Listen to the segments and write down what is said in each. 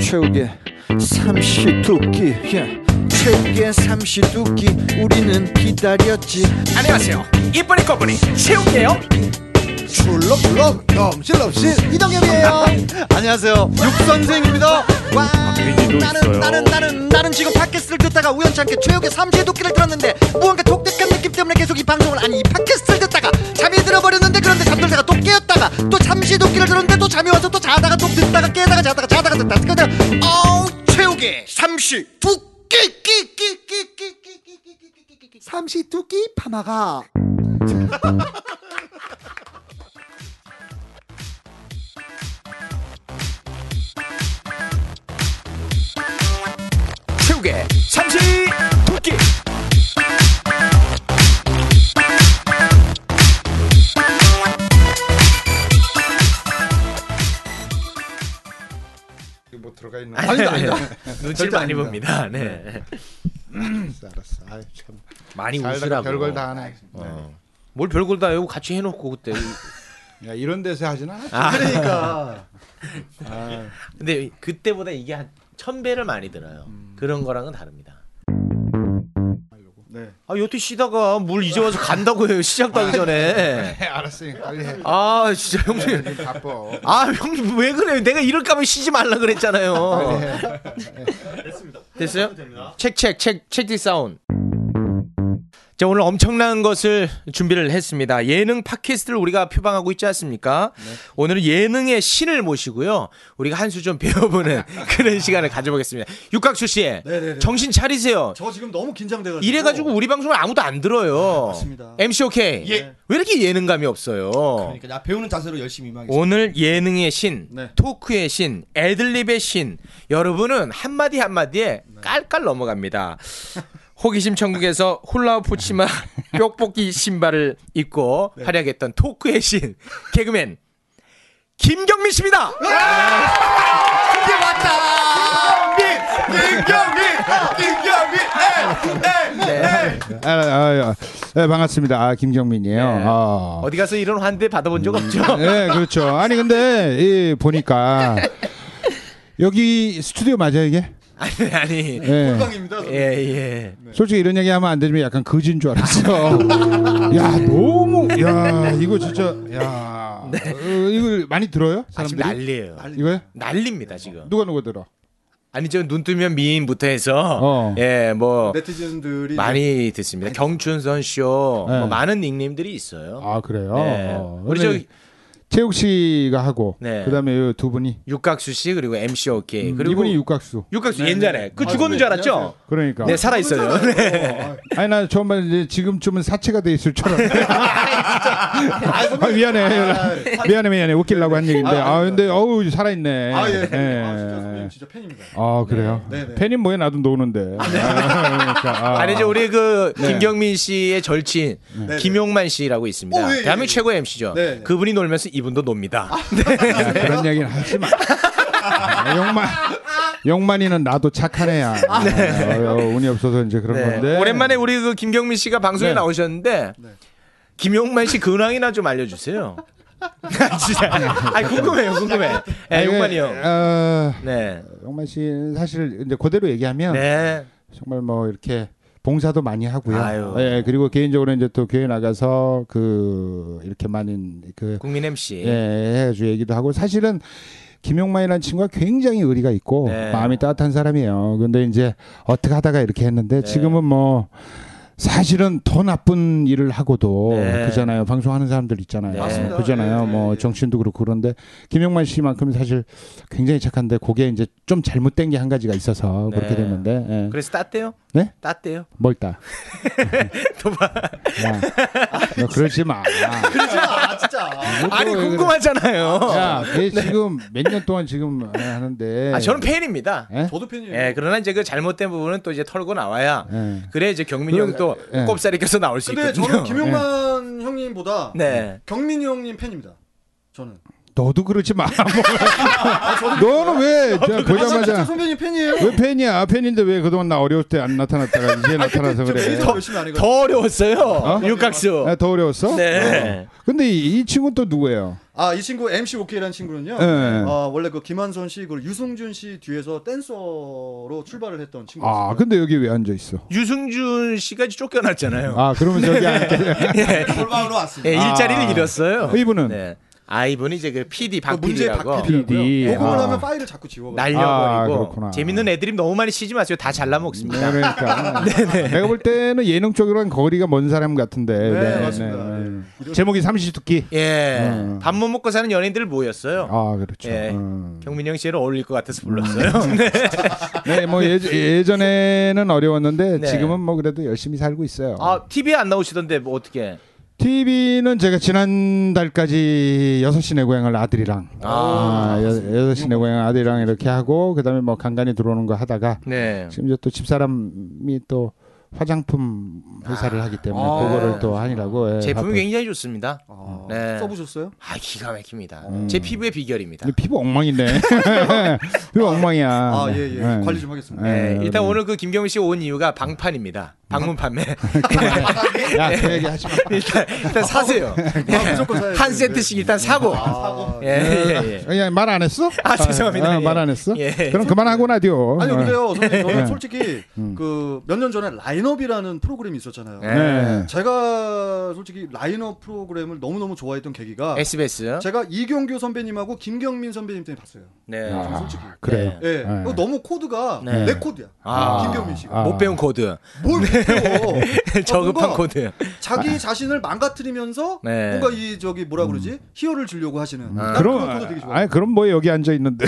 최후의 삼시두끼 예. 최후의 삼시두끼 우리는 기다렸지 안녕하세요. 이쁜이 꺼분이 최욱이에요. 출렁출렁 넘실넘실 이동엽이에요 안녕하세요 육선생입니다 와 박민희도 있어요. 나는 나는 나는 나는 지금 팟캐스트를 듣다가 우연찮게 최욱의 삼시의 도끼를 들었는데 무언가 독특한 느낌 때문에 계속 이 방송을 아니 이 팟캐스트를 듣다가 잠이 들어버렸는데 그런데 잠들다가 또 깨었다가 또 잠시 도끼를 들었는데 또 잠이 와서 또 자다가 또 듣다가 깨다가 자다가 자다가 듣다가 그냥 어우 최욱의 삼시 도끼 끼끼끼끼끼끼끼끼끼끼끼끼끼 삼시 도끼 파마가 최욱의 삼시 두끼. 뭐 들어가 있는 아니다 아니다 눈치를 많이 봅니다. 네. 알았어 알았어 아참 많이 살다가 웃으라고. 별걸 다 하네 어. 뭘 별걸 다 해요? 같이 해놓고 그때. 네. 야 이런 데서 하진 않았지 아. 그러니까. 근데 그때보다 이게 한 천 배를 많이 들어요. 그런 거랑은 다릅니다. 네 아 여태 쉬다가 물 이제 와서 간다고 해요 시작하기 전에. 네. 알았으니까 빨리 해 아 진짜 형님. 지금 바빠 아 형님 왜 그래요? 내가 이럴까면 쉬지 말라 네. 그랬잖아요. 됐어요? 책책 책 책디 사운. 자 오늘 엄청난 것을 준비를 했습니다. 예능 팟캐스트를 우리가 표방하고 있지 않습니까? 네. 오늘은 예능의 신을 모시고요. 우리가 한 수 좀 배워보는 그런 시간을 가져보겠습니다. 육각수 씨, 네네네. 정신 차리세요. 저 지금 너무 긴장돼가지고 이래가지고 우리 방송을 아무도 안 들어요. 맞습니다. MC OK. 예. 왜 이렇게 예능감이 없어요? 그러니까 나 배우는 자세로 열심히 임하겠습니다. 오늘 예능의 신, 네. 토크의 신, 애들립의 신. 여러분은 한마디 한마디에 네. 깔깔 넘어갑니다. 호기심 천국에서 훌라후프 치마 뾱뽑기 신발을 입고 네. 활약했던 토크의 신, 개그맨 김경민 씨입니다. 네! 이게 왔다. 김경민, 김경민, 네! 네. 아, 아, 아, 네, 반갑습니다. 아, 김경민이에요. 네. 아. 어디 가서 이런 환대 받아본 음. 적 없죠? 네, 그렇죠. 아니 근데 이 보니까 여기 스튜디오 맞아요 이게? 아니 아니. 네. 예. 김경민입니다. 예 예. 네. 솔직히 이런 얘기하면 안 되지만 약간 거진 줄 알았어. 야 너무 야 이거 진짜 야 어, 이걸 많이 들어요 네. 아, 지금 사람들이? 난리예요. 이거요? 난립니다 지금. 누가 누가 들어? 아니 저 눈 뜨면 미인부터 해서 어. 예 뭐. 네티즌들이 많이 듣습니다. 경춘선 쇼 네. 뭐 많은 닉네임들이 있어요. 아 그래요. 네. 어, 우리 저 채욱 씨가 하고 네. 그다음에 요두 분이 육각수 씨 그리고 MC 오케이 그리고 음, 이분이 육각수. 네, 육각수 옛날에 그 죽었는 줄 알았죠? 그러니까. 네 살아 있어요. 아니 나 처음 봤는데 이제 지금쯤은 사체가 돼 있을 줄 알았는데 아, 미안해 미안해 미안해 웃기려고 한 얘기인데 아 근데 어우 살아있네 아 예. 예. 아, 진짜 선배님 진짜 팬입니다. 아, 그래요 네, 네. 팬이 뭐야 나도 노는데 아, 그러니까, 아. 네. 아. 니죠 우리 그 김경민 씨의 절친 김용만 씨라고 있습니다. 네. 오, 예, 예, 대한민국 예. 최고의 MC죠. 네, 아. 네. 그분이 놀면서 이분도 놉니다. 야, 그런 얘기는 하지 마 아, 용만 용만이는 나도 착한 애야 어, 어, 운이 없어서 이제 그런 아, 네. 건데 오랜만에 우리 그 김경민 씨가 방송에 네. 나오셨는데 김용만 씨 근황이나 좀 알려주세요. 진짜. 아 궁금해요, 궁금해. 예, 용만이 형. 아, 어, 네. 용만 씨는 사실 이제 그대로 얘기하면 네. 정말 뭐 이렇게 봉사도 많이 하고요. 아유. 예, 그리고 개인적으로 이제 또 교회 나가서 그 이렇게 많은 그 국민 MC. 예, 해가지고 얘기도 하고 사실은 김용만이라는 친구가 굉장히 의리가 있고 네. 마음이 따뜻한 사람이에요. 근데 이제 어떻게 하다가 이렇게 네. 했는데 지금은 뭐 사실은 더 나쁜 일을 하고도 네. 그잖아요. 방송하는 사람들 있잖아요. 네. 맞습니다. 그잖아요. 네, 뭐 네. 정신도 그렇고 그런데 김용만 씨만큼 사실 굉장히 착한데 그게 이제 좀 잘못된 게 한 가지가 있어서 네. 그렇게 됐는데 예. 그래서 땄대요? 네? 땄대요. 뭘 따? 도박. 야, 뭐. 너 그러지 마. 진짜, 아, 진짜. 아니 왜 그래? 궁금하잖아요. 야, 걔 지금 몇 년 동안 지금 하는데. 아 저는 팬입니다. 저도 팬이에요. 예, 그러나 이제 그 잘못된 부분은 또 이제 털고 나와야 예. 그래 이제 경민이 그럼, 형 또 예. 꼽살이 껴서 나올 수 근데 있거든요. 예. 저는 김용만 형님보다 네. 경민이 형님 팬입니다. 저는. 너도 그러지 마. 뭐. 너는 왜 자, 아, 진짜 보자마자 선배님 팬이에요. 왜 팬이야? 팬인데 왜 그동안 나 어려울 때 안 나타났다가 이제 나타나서 저 그래. 매니저 더, 열심히 안 해가지고. 더 어려웠어요. 어? 육각수. 더 어려웠어? 네. 근데 이, 이 친구 는또 누구예요? 아, 이 친구 MC 오케이라는 친구는요. 네. 아, 원래 그 김한선 씨, 그 유승준 씨 뒤에서 댄서로 출발을 했던 친구였어요. 네. 아 근데 여기 왜 앉아 있어? 유승준 씨가 이제 쫓겨났잖아요. 아 그러면 저기 앉게 예, 네, 골방으로 왔습니다. 예, 일자리를 아. 잃었어요. 이분은 네. 아 이분이 이제 그 PD 박 그 문제의 PD라고 박 PD라고요. PD. 녹음을 아. 하면 파일을 자꾸 지워. 아, 날려버리고 그렇구나. 재밌는 애드립 너무 많이 치지 마세요. 다 잘라 먹습니다. 그러니까 내가 볼 때는 예능 쪽으로는 거리가 먼 사람 같은데 네, 맞습니다. 네, 네. 이런- 제목이 삼시두끼 예, 음. 밥 못 먹고 사는 연예인들 모였어요. 아 그렇죠 예. 음. 경민영 씨는 어울릴 것 같아서 불렀어요. 네, 뭐 예, 전에는 어려웠는데 네. 지금은 뭐 그래도 열심히 살고 있어요. 아 TV에 안 나오시던데 뭐 어떻게? TV는 제가 지난달까지 여섯 시내 고향을 아들이랑 아, 여- 여섯 시내 고향 아들이랑 이렇게 하고 그다음에 뭐 간간히 들어오는 거 하다가 네. 지금 이제 또 집사람이 또 화장품 회사를 하기 때문에 아, 그거를 또 하느라고 예, 제품이 바빠- 굉장히 좋습니다. 아, 네. 써보셨어요? 아 기가 막힙니다. 제 피부의 비결입니다. 근데 피부 음. 엉망이네. 피부 엉망이야. 아, 예, 예. 네. 관리 좀 하겠습니다. 네, 네, 일단 오늘 그 김경민 씨 온 이유가 방판입니다. 방문 판매. 야, 그 얘기 하지 마. 일단, 일단 사세요. 네. 네. 아, 무조건 사야지. 한 세트씩 일단 사고. 아, 사고. 네. 예, 예, 예. 야, 말안 했어? 아, 죄송합니다. 예. 말 안 했어? 예. 그럼 그만하고 나디오. 아니요, 근데요, 선생님, 네. 저는 솔직히 음. 그 몇 년 전에 라인업이라는 프로그램이 있었잖아요. 네. 네. 제가 솔직히 라인업 프로그램을 너무너무 좋아했던 계기가 SBS. 제가 이경규 선배님하고 김경민 선배님 때문에 봤어요. 네. 아, 솔직히. 그래요. 예, 네. 이거 너무 코드가 네. 내 코드야. 아. 김경민 씨가 아. 네. 못 배운 코드. 뭘 배워? 아, 저급한 뭔가 코드. 자기 자신을 망가뜨리면서 네. 뭔가 이 저기 뭐라 그러지 희열을 주려고 하시는. 난 그런 코드 되게 음. 그럼 좋아. 아니 그럼 뭐 여기 앉아 있는데.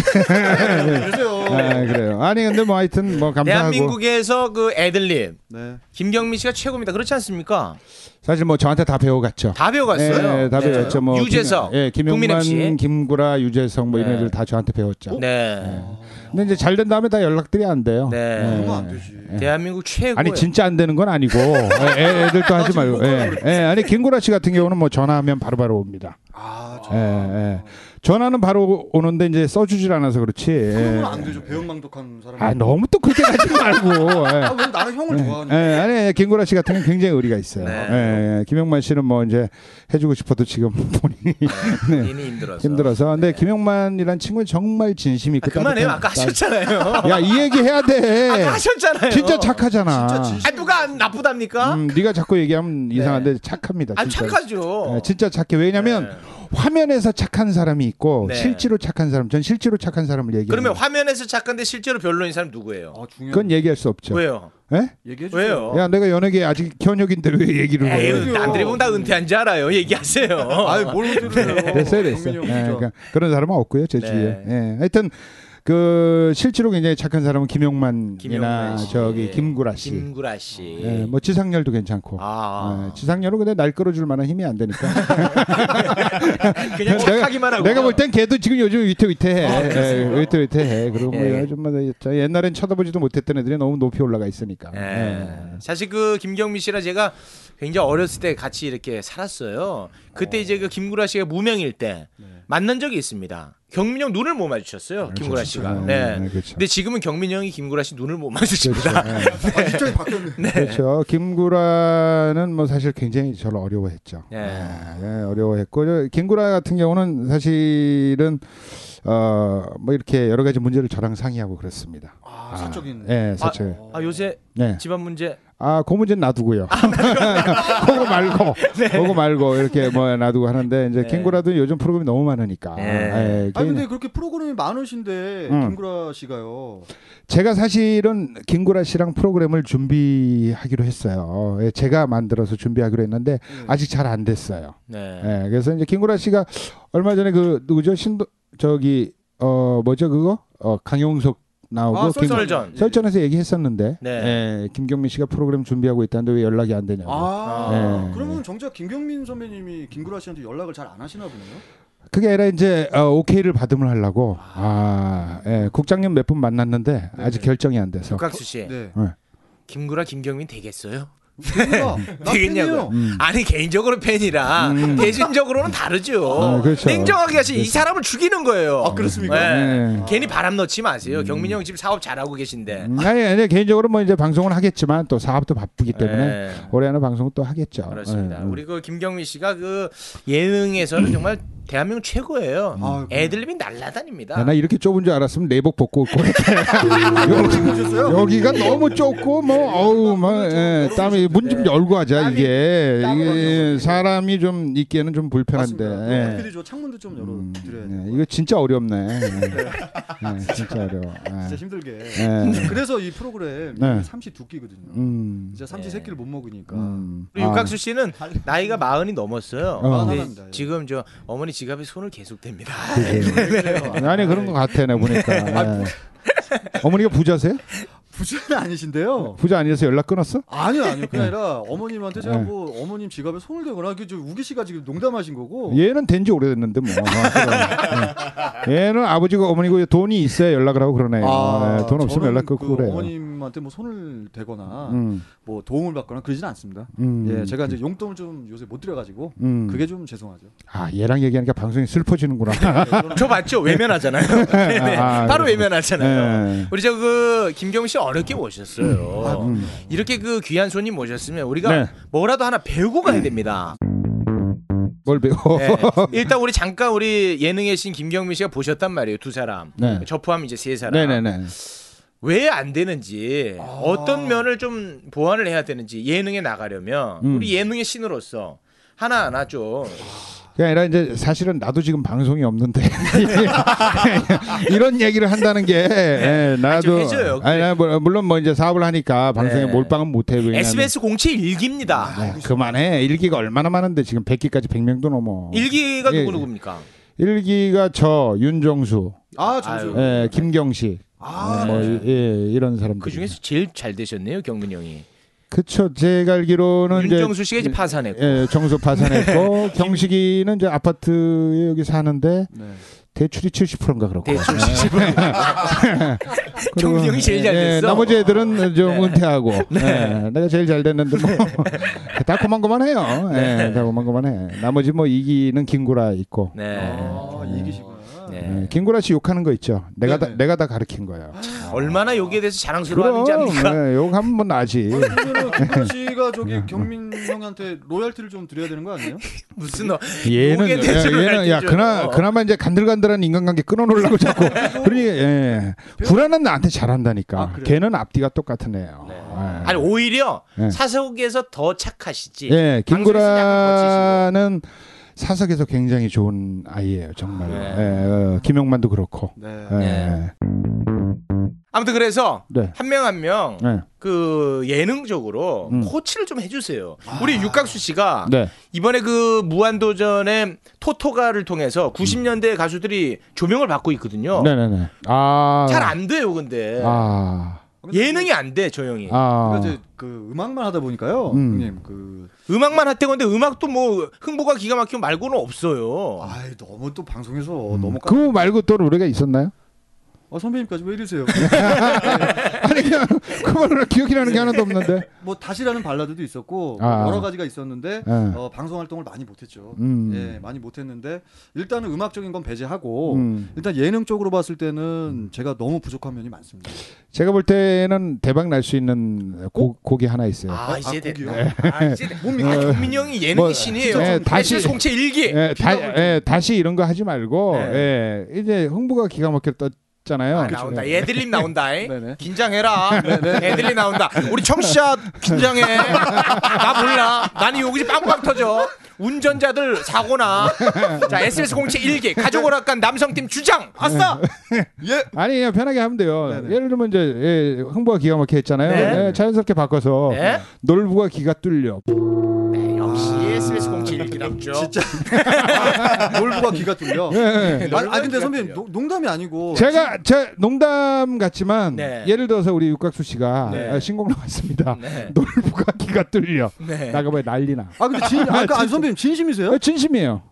그러세요. 아, 그래요. 아니 근데 뭐 하여튼 뭐 감사하고 대한민국에서 그 애들립. 네. 김경민 씨가 최고입니다. 그렇지 않습니까? 사실 뭐 저한테 다 배워갔죠. 다 배워갔어요. 네. 예, 예, 다 배웠죠. 뭐 유재석, 김, 예, 국민의 씨. 김용만, 김구라, 유재석 뭐 이런 네. 애들 다 저한테 배웠죠. 네. 근데 이제 잘 된 다음에 다 연락들이 안 돼요. 네. 예. 그러면 안 되지. 대한민국 최고. 아니 진짜 안 되는 건 아니고 예, 애, 애들 아, 또 하지 말고. 예, 예, 아니 김구라 씨 같은 경우는 뭐 전화하면 바로바로 옵니다. 아, 예, 예. 전화는 바로 오는데 이제 써주질 않아서 그렇지. 예. 그건 안 되죠. 배은망덕한 사람. 아 너무 또 그렇게 가지 말고. 예. 아, 왜 나는 형을 예, 좋아하는데. 아니, 아니 김구라 씨 같은 경우 굉장히 의리가 있어요. 네. 예, 예. 김영만 씨는 뭐 이제 해주고 싶어도 지금 본인이 이미 힘들어서. 네. 힘들어서. 근데 김영만이란 친구는 정말 진심이 있고 그렇죠. 네. 아, 그만해요. 따뜻한- 아까 하셨잖아요. 야, 이 얘기 해야 돼. 아까 하셨잖아요. 네. 진짜 착하잖아. 진짜 진심. 아 누가 안 나쁘답니까? 음, 네가 자꾸 얘기하면 이상한데 착합니다. 아 진짜. 착하죠. 예, 진짜 착해. 왜냐면 화면에서 착한 사람이 있고 네. 실제로 착한 사람. 전 실제로 착한 사람을 얘기해요. 그러면 화면에서 착한데 실제로 별로인 사람 누구예요? 아, 중요한. 그건 얘기할 수 없죠. 왜요? 예? 얘기해 주세요. 왜요? 야, 내가 연예계 아직 현역인데 왜 얘기를 해? 에휴, 남들이 보면 다 은퇴한 줄 알아요. 얘기하세요. 아유, 뭘 흔들어요. 네. 됐어요, 됐어요. 예, 그러니까 그런 사람은 없고요, 제 네. 주위에. 예, 하여튼 그 실제로 굉장히 착한 사람은 김용만이나 김용만 씨. 예. 저기 김구라 씨. 김구라 씨. 예, 뭐 지상렬도 괜찮고. 아. 예, 지상렬은 근데 날 끌어줄 만한 힘이 안 되니까. 그냥 착하기만 하고. 네. 아, 내가 볼 땐 걔도 지금 요즘 위태위태해. 예, 위태위태해. 그리고 뭐 예. 요즘 뭐 저 옛날엔 쳐다보지도 못했던 애들이 너무 높이 올라가 있으니까. 네. 예. 사실 그 김경민 씨랑 제가 굉장히 어렸을 때 같이 이렇게 살았어요. 그때 이제 그 김구라 씨가 무명일 때 네. 만난 적이 있습니다. 경민 형 눈을 못 마주쳤어요. 김구라 씨가. 네, 네. 네, 그렇죠. 예. 근데 지금은 경민 형이 김구라 씨 눈을 못 마주칩니다. 아, 입장이 바뀌었네. 그렇죠. 김구라는 뭐 사실 굉장히 저를 어려워했죠. 예. 예, 어려워했고 저 김구라 같은 경우는 사실은 어 뭐 이렇게 여러 가지 문제를 저랑 상의하고 그랬습니다. 아, 사적인. 예, 사실. 아 요새 네. 집안 문제 아, 네. 그 문제는 놔두고요. 그거 말고, 그거 말고 이렇게 뭐 놔두고 하는데 이제 김구라도 요즘 프로그램이 너무 많으니까. 네. 예, 아 괜히- 근데 그렇게 프로그램이 많으신데 음. 김구라 씨가요. 제가 사실은 김구라 씨랑 프로그램을 준비하기로 했어요. 예, 제가 만들어서 준비하기로 했는데 아직 잘 안 됐어요. 네. 예, 그래서 이제 김구라 씨가 얼마 전에 그 누구죠 신도 저기 어 뭐죠 그거 어 강용석 나오고 아, 김- 썰전. 어, 설전에서 얘기했었는데 네. 예, 김경민 씨가 프로그램 준비하고 있다는데 왜 연락이 안 되냐고. 아, 예. 그러면 정작 김경민 선배님이 김구라 씨한테 연락을 잘 안 하시나 보네요. 그게 아니라 이제 어, 오케이를 받음을 하려고 아, 예, 국장님 몇 분 만났는데 네. 아직 결정이 안 돼서 박수 씨. 네. 김구라 김경민 되겠어요? 누나, 되겠냐고요? 네. 나 팬이에요. 음. 아니 개인적으로 팬이라 대중적으로는 다르죠. 아, 그렇죠. 냉정하게 하시 이 사람을 죽이는 거예요. 아, 그렇습니까? 네. 괜히 바람 넣지 마세요. 경민 형 지금 사업 잘하고 계신데. 음, 아니, 아니 개인적으로 뭐 이제 방송을 하겠지만 또 사업도 바쁘기 때문에 아, 네. 네. 올해 안에 방송은 또 하겠죠. 그렇습니다. 예, 음. 우리 그 김경민 씨가 그 예능에서는 정말 대한민국 최고예요. 음. 아, 애들립이 날라다닙니다. 야, 나 이렇게 좁은 줄 알았으면 내복 벗고 올거 같아. 여기가 너무 좁고 뭐 어우 막 예, 땀이 문 좀 열고 하자 이게 이게 사람이 좀 있기에는 좀 불편한데. 맞습니다. 예. 네. 저 창문도 좀 음, 열어드려야 돼요. 예, 이거 진짜 어렵네. 예. 예, 진짜 어려워. 진짜 예. 힘들게. 네. 예. 그래서 이 프로그램 네. 삼시 두 끼거든요. 음. 진짜 삼시 세 끼를 못 먹으니까. 음. 우리 육각수 씨는 나이가 마흔이 넘었어요. 아, 어. 근데 마흔합니다. 지금 저 어머니 지갑에 손을 계속 댑니다. 아니 그런 것 같아 내 보니까. 예. 어머니가 부자세요? 부자는 아니신데요. 부자 아니어서 연락 끊었어? 아니요, 아니요. 그게 아니라 어머님한테 제가 네. 뭐 어머님 지갑에 손을 대거나 그저 우기 씨가 지금 농담하신 거고. 얘는 된 지 오래됐는데 뭐. 어, 그래. 예. 얘는 아버지가 어머니고 돈이 있어야 연락을 하고 그러네요. 예, 돈 없으면 아, 저는 연락 끊고 그 그래요. 어머님한테 뭐 손을 대거나 음, 뭐 도움을 받거나 그러진 않습니다. 음, 예, 제가 이제 용돈을 좀 요새 못 드려가지고 음. 그게 좀 죄송하죠. 아 얘랑 얘기하니까 방송이 슬퍼지는구나. 저 봤죠? 외면하잖아요. 네네. 아, 바로 그렇구나. 네. 외면하잖아요. 예. 우리 저 그 김경우 씨 어렵게 모셨어요. 이렇게 그 귀한 손님 모셨으면 우리가 음. 아, 네. 음. 뭐라도 하나 배우고 가야 됩니다. 뭘 배워? 네. 일단 우리 잠깐 우리 예능의 신 김경민 씨가 보셨단 말이에요. 두 사람. 그 네. 저 포함 이제 세 사람. 네네네. 왜 안 되는지 아. 어떤 면을 좀 보완을 해야 되는지 예능에 나가려면 음. 우리 예능의 신으로서 하나하나 좀 그게 아니라 이제 사실은 나도 지금 방송이 없는데 이런 얘기를 한다는 게 네. 예, 나도 해줘요. 아니, 나 물- 물론 뭐 이제 사업을 하니까 방송에 네. 몰빵은 못해 SBS 공채 일기입니다. 아, 그만해 일기가 얼마나 많은데 지금 100기까지 100명도 넘어 일기가 예, 누구 예. 누구입니까? 일기가 저 윤정수 아, 아유. 정수. 예, 김경식 아, 뭐, 네. 예, 이런 사람들 그 중에서 제일 잘 되셨네요, 경민 형이. 그쵸 제가 알기로는 이제 윤정수 네. 씨가 이제 파산했고. 예, 정수 파산했고 경식이는 이제 아파트에 여기 사는데 네. 대출이 70%인가 그렇고 대충 시집을 네. 경민 형이 제일 잘 예, 예, 됐어. 네. 나머지 애들은 좀 은퇴하고 예, 내가 제일 잘 됐는데 네. 뭐다 고만고만해요. 예, 다 고만고만해. 나머지 뭐 이기는 김구라 있고. 네. 어. 아, 이기시구나. 네. 예, 김구라 씨 욕하는 거 있죠. 내가 다 네네. 내가 다 가르친 거예요. 아, 얼마나 여기에 대해서 그럼 자랑스러워하는지 압니까? 예, 욕하면 뭐 나지. 그러면은 김건 씨가 네. 저기 경민 형한테 로열티를 좀 드려야 되는 거 아니에요? 무슨 어, 네. 얘는 욕에 야, 대해서 얘는 야 가르쳐줘. 그나 그나마 이제 간들간들한 인간관계 끊어놓으려고 자꾸. 그러니 예, 구라는 나한테 잘한다니까. 아, 그래요? 네. 걔는 앞뒤가 똑같은 애예요. 예. 아니 오히려 예. 사석에서 더 착하시지. 예, 방송에서 김구라는 사석에서 굉장히 좋은 아이예요, 정말. 네. 예, 어, 김영만도 그렇고. 네. 예. 네. 아무튼 그래서 네. 한 명 한 명 그 네. 예능적으로 음. 아. 코치를 좀 해주세요. 우리 육각수 씨가 네. 이번에 그 무한도전의 토토가를 통해서 90년대 가수들이 조명을 받고 어. 있거든요. 음. 네, 네, 네. 아. 잘 안 돼요, 근데 아. 예능이 안 돼, 저 형이. 아. 그러니까 이제 그 음악만 하다 보니까요, 음. 형님 그 음악만 핫대 건데 음악도 뭐 흥보가 기가 막히면 말고는 없어요. 아이 너무 또 방송에서 어, 음. 너무 까... 그거 말고 또 노래가 있었나요? 그 아, 선배님까지 왜 이러세요? 아니 그냥 그 말로 기억이 나는 게 하나도 없는데. 뭐 다시라는 발라드도 있었고 아. 여러 가지가 있었는데 예. 어, 방송 활동을 많이 못했죠. 음. 예, 많이 못했는데 일단은 음악적인 건 배제하고 음. 일단 예능 쪽으로 봤을 때는 제가 너무 부족한 면이 많습니다. 제가 볼 때는 대박 날 수 있는 곡, 곡이 하나 있어요. 아, 이제 아, 됐다. 거기요? 아, 이제 됐다. 아, 경민 형이 예능의 뭐, 신이에요. 네, 다시- 다시 네. 공채 일기. 예, 다, 예, 다시 이런 거 하지 말고 예, 이제 흥부가 기가 막혀 떴잖아요. 네. 예. 아, 나온다. 애들립 나온다. 잉? 네네. 긴장해라. 애들립 나온다. 우리 청취자 긴장해. 나 몰라. 나는 여기서 빵빵 터져. 운전자들 사고나. 자 SBS 공채 일기 가족 오락관 남성팀 주장. 아싸. 아니 그냥 편하게 하면 돼요. 네네. 예를 들면 이제 예, 흥부가 기가 막혀 했잖아요. 네. 예, 자연스럽게 바꿔서 네. 놀부가 기가 뚫려. 네, 역시 SBS 공채 일기 남죠. 진짜. 놀부가 귀가 뚫려. 예. 아, 아 근데 선배님 농- 농담이 아니고 제가 제 농담 같지만 네. 예를 들어서 우리 육각수 씨가 네. 아, 신곡 나왔습니다. 네. 놀부가 기가 뚫려. 네. 나가봐야 난리나. 아 근데 진, 아, 까 아니 선배님 진심이세요? 아, 진심이에요.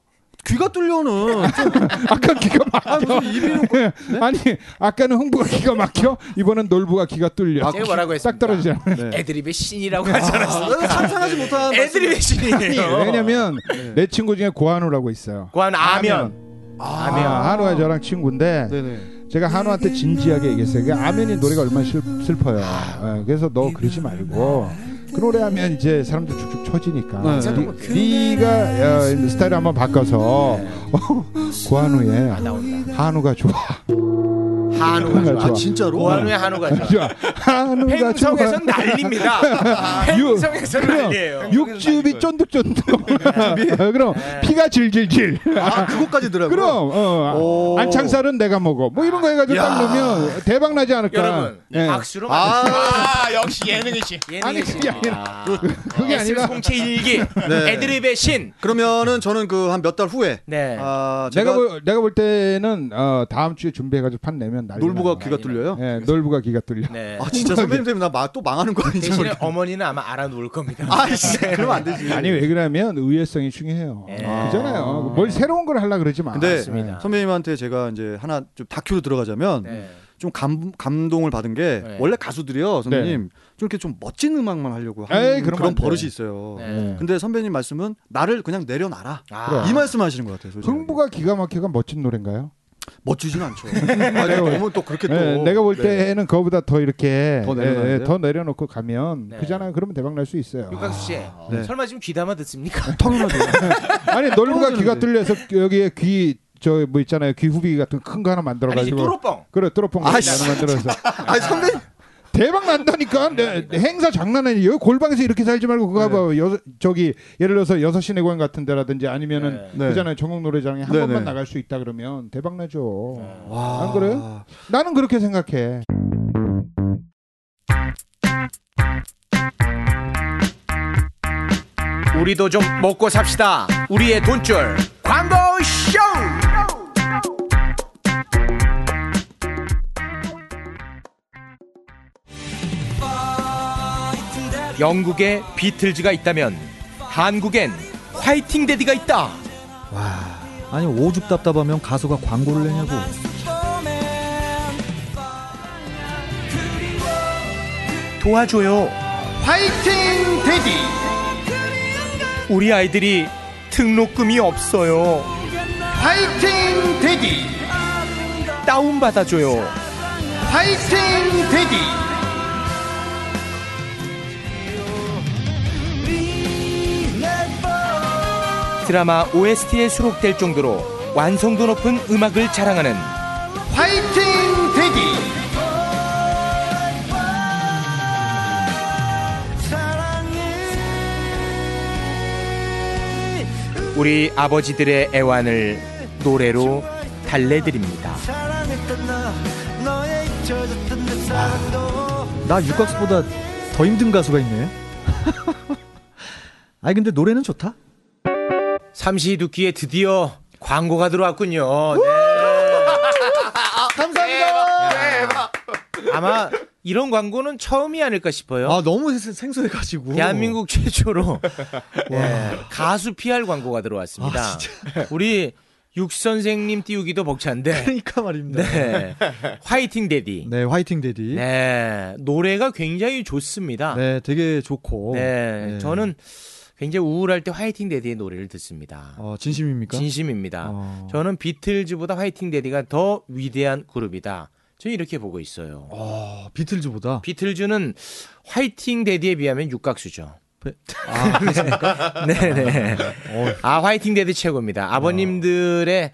귀가 뚫려는 좀 아까 기가 막혀. 아니 아까는 흥부가 기가 막혀. 이번엔 놀부가 기가 뚫려. 제가 뭐라고 딱 했습니까? 떨어지잖아요. 애드립의 신이라고 하지 않았어요? 아, 상상하지 못한 네, 애드립의 신이에요. 네, 왜냐면 내 친구 중에 고한우라고 있어요. 고한 네. 아면. 아, 한우가 저랑 친구인데 네네. 제가 한우한테 진지하게 얘기했어요. 그 아면이 노래가 얼마나 슬, 슬퍼요. 아. 예, 그래서 너 그러지 말고 그 노래하면 뭐 이제 사람들 쭉쭉 처지니까. 네. 니- 네가 어, 스타일 한번 바꿔서 고한우의 한우가 좋아. 한우가 아, 좋아. 좋아. 진짜로? 고한우의 한우가 좋아. 좋아. 한우가 좋아. 행성에선 난립니다. 유- 행성에선 네. 난리예요. 육즙이 쫀득쫀득. 그럼 피가 질질질. 네. 아 그거까지 들어요. 그럼 어, 오. 안창살은 내가 먹어. 뭐 이런 거 해가지고 딱 넣으면 대박 나지 않을까. 여러분 예. 박수로 아 역시 예능의 씨. 아니 그게 아니라 그게 그게 아니라 아니라- 네. 공채 일기 애드립의 신. 네. 그러면은 저는 그 한 몇 달 후에 네. 아 내가 제가 볼, 내가 볼 때는 어, 다음 주에 준비해가지고 판 내면 난리 놀부가 나. 귀가 뚫려요. 예, 놀부가 기가 뚫려. 네. 아 진짜 선배님 때문에 나 또 망하는 거 아니죠? 대신에 어머니는 아마 알아놓을 겁니다. 네. 아 진짜 그러면 안 되지. 아니 왜 그러냐면 의외성이 중요해요. 예. 그잖아요. 뭘 새로운 걸 하려 그러지 마. 예. 근데 맞습니다. 선배님한테 제가 이제 하나 좀 다큐로 들어가자면 네. 좀 감, 감동을 받은 게 네. 원래 가수들이요 선배님 좀 이렇게 좀 멋진 음악만 하려고 에이, 하는 그러면 안 그런 돼. 버릇이 있어요. 예. 네. 근데 선배님 말씀은 나를 그냥 내려놔라 아, 이 말씀하시는 것 같아요. 솔직히. 흥부가 기가 막히가 멋진 노래인가요? 멋지진 않죠. 아니, 너무 또 그렇게 네, 또 예, 내가 볼 때는 그거보다 더 이렇게 더 내려놔야 예, 예, 돼요? 더 내려놓고 가면 네. 그잖아요. 그러면 대박 날 수 있어요. 육각수 씨, 네. 설마 지금 귀담아 듣습니까? 아니 놀부가 귀가 떨어지는데. 뚫려서 여기에 귀 저 뭐 있잖아요. 귀 후비 같은 큰 거 하나 만들어 아니 이제 가지고 뚜루뻥. 그래 뚜로폰 같은 거 아이씨. 하나 만들어서 아니 선배님 대박 난다니까 내, 내 행사 장난 아니에요 골방에서 이렇게 살지 말고 그거 네. 봐봐 여, 저기 예를 들어서 여섯 시내 공연 같은 데라든지 아니면은 네. 그잖아요 전국 노래장에 한 네, 번만 네. 나갈 수 있다 그러면 대박 나죠 와. 안 그래요? 나는 그렇게 생각해 우리도 좀 먹고 삽시다. 우리의 돈줄 광고 쇼. 영국에 비틀즈가 있다면 한국엔 화이팅 데디가 있다. 아니 오죽 답답하면 가수가 광고를 내냐고. 도와줘요. 화이팅 데디 우리 아이들이 등록금이 없어요. 화이팅 데디 다운 받아줘요. 화이팅 데디 드라마 OST에 수록될 정도로 완성도 높은 음악을 자랑하는 화이팅 데디 우리 아버지들의 애환을 노래로 달래드립니다. 나 육각수보다 더 힘든 가수가 있네. 아니 근데 노래는 좋다. 삼시두끼에 드디어 광고가 들어왔군요. 네. 감사합니다. 아마 이런 광고는 처음이 아닐까 싶어요. 아 너무 생- 생소해가지고. 대한민국 최초로 예, 가수 PR 광고가 들어왔습니다. 우리 육 선생님 띄우기도 벅찬데. 그러니까 말입니다. 네, 네. 화이팅 데디. 화이팅 데디. 네. 네. 노래가 굉장히 좋습니다. 되게 좋고. 네, 네. 저는 굉장히 우울할 때 화이팅 데디의 노래를 듣습니다. 어, 진심입니까? 진심입니다. 어. 저는 비틀즈보다 화이팅 데디가 더 위대한 그룹이다. 저는 이렇게 보고 있어요. 어, 비틀즈보다. 비틀즈는 화이팅 데디에 비하면 육각수죠. 아, 네네. 어. 아, 화이팅 데디 최고입니다. 아버님들의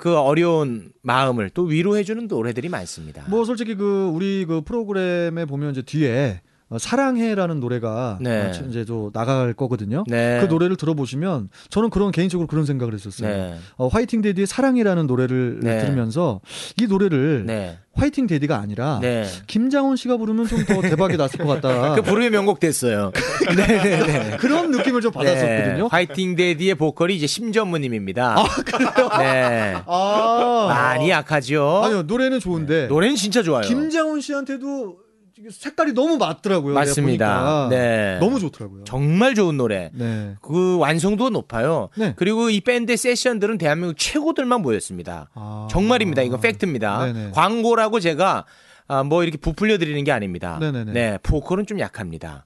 그 어려운 마음을 또 위로해주는 노래들이 많습니다. 뭐 솔직히 그 우리 그 프로그램에 보면 이제 뒤에 어, 사랑해라는 노래가 네. 어, 이제 또 나갈 거거든요. 네. 그 노래를 들어보시면 저는 그런 개인적으로 그런 생각을 했었어요. 네. 어, 화이팅 데디의 사랑이라는 노래를 네. 들으면서 이 노래를 네. 화이팅 데디가 아니라 네. 김장훈 씨가 부르면 좀 더 대박이 났을 것 같다. 그 부름의 명곡 됐어요. 네네네. 그런 느낌을 좀 받았었거든요. 네, 화이팅 데디의 보컬이 이제 심전무님입니다. 아, 그래요? 네. 아, 많이 약하죠? 아니요 노래는 좋은데 네, 노래는 진짜 좋아요. 김장훈 씨한테도 색깔이 너무 맞더라고요. 내가 맞습니다. 보니까. 네. 너무 좋더라고요. 정말 좋은 노래. 네. 그 완성도 높아요. 네. 그리고 이 밴드 세션들은 대한민국 최고들만 모였습니다. 아. 정말입니다. 이건 팩트입니다. 네네. 광고라고 제가 아, 뭐 이렇게 부풀려 드리는 게 아닙니다. 네네네. 네, 보컬은 좀 약합니다.